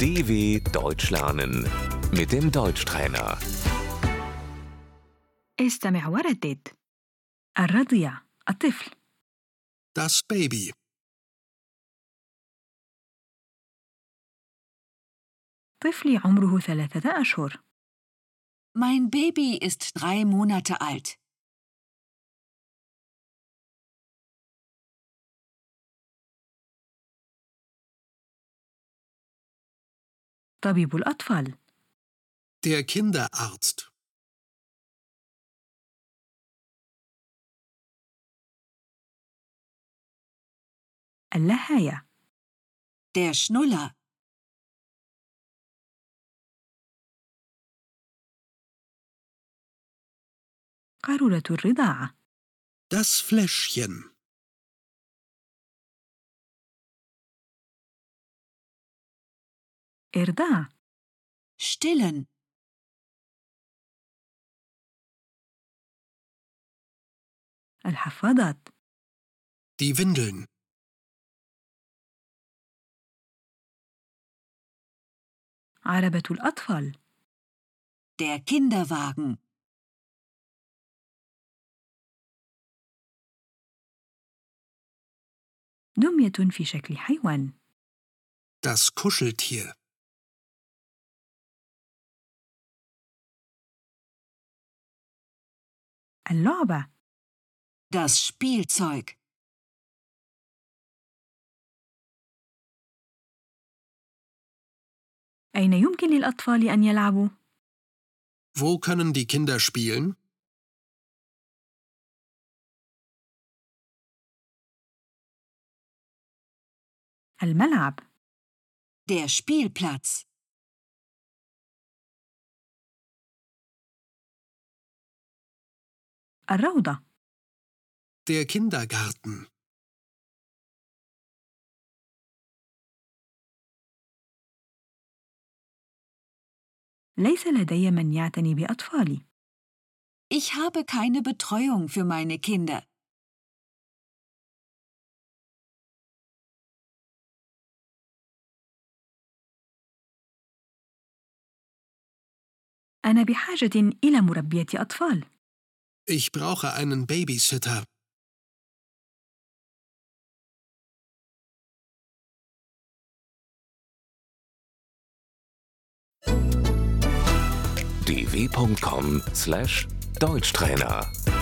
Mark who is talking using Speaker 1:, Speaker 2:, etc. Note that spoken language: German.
Speaker 1: DW Deutsch lernen mit dem Deutschtrainer.
Speaker 2: استمع وردد الرضيع الطفل
Speaker 3: Das Baby.
Speaker 2: طفلي عمره ثلاثة أشهر
Speaker 4: Mein Baby ist drei Monate alt.
Speaker 2: طبيب الأطفال
Speaker 3: Der Kinderarzt.
Speaker 2: اللهاية
Speaker 4: Der Schnuller.
Speaker 2: قارورة الرضاعة
Speaker 3: Das Fläschchen.
Speaker 2: إرضاع
Speaker 4: Stillen.
Speaker 2: الحفاضات
Speaker 3: Die Windeln.
Speaker 2: عربة الأطفال
Speaker 4: Der Kinderwagen.
Speaker 2: دمية في شكل حيوان
Speaker 3: Das Kuscheltier.
Speaker 2: اللعبة
Speaker 4: Das Spielzeug.
Speaker 2: أين يمكن للأطفال أن يلعبوا؟
Speaker 3: Wo können die Kinder spielen?
Speaker 2: الملعب
Speaker 4: Der Spielplatz.
Speaker 2: الروضة
Speaker 3: Der Kindergarten.
Speaker 2: ليس لدي من يعتني بأطفالي
Speaker 4: Ich habe keine Betreuung für meine Kinder.
Speaker 2: أنا بحاجة إلى مربية أطفال
Speaker 3: Ich brauche einen Babysitter.
Speaker 1: dw.com/deutschtrainer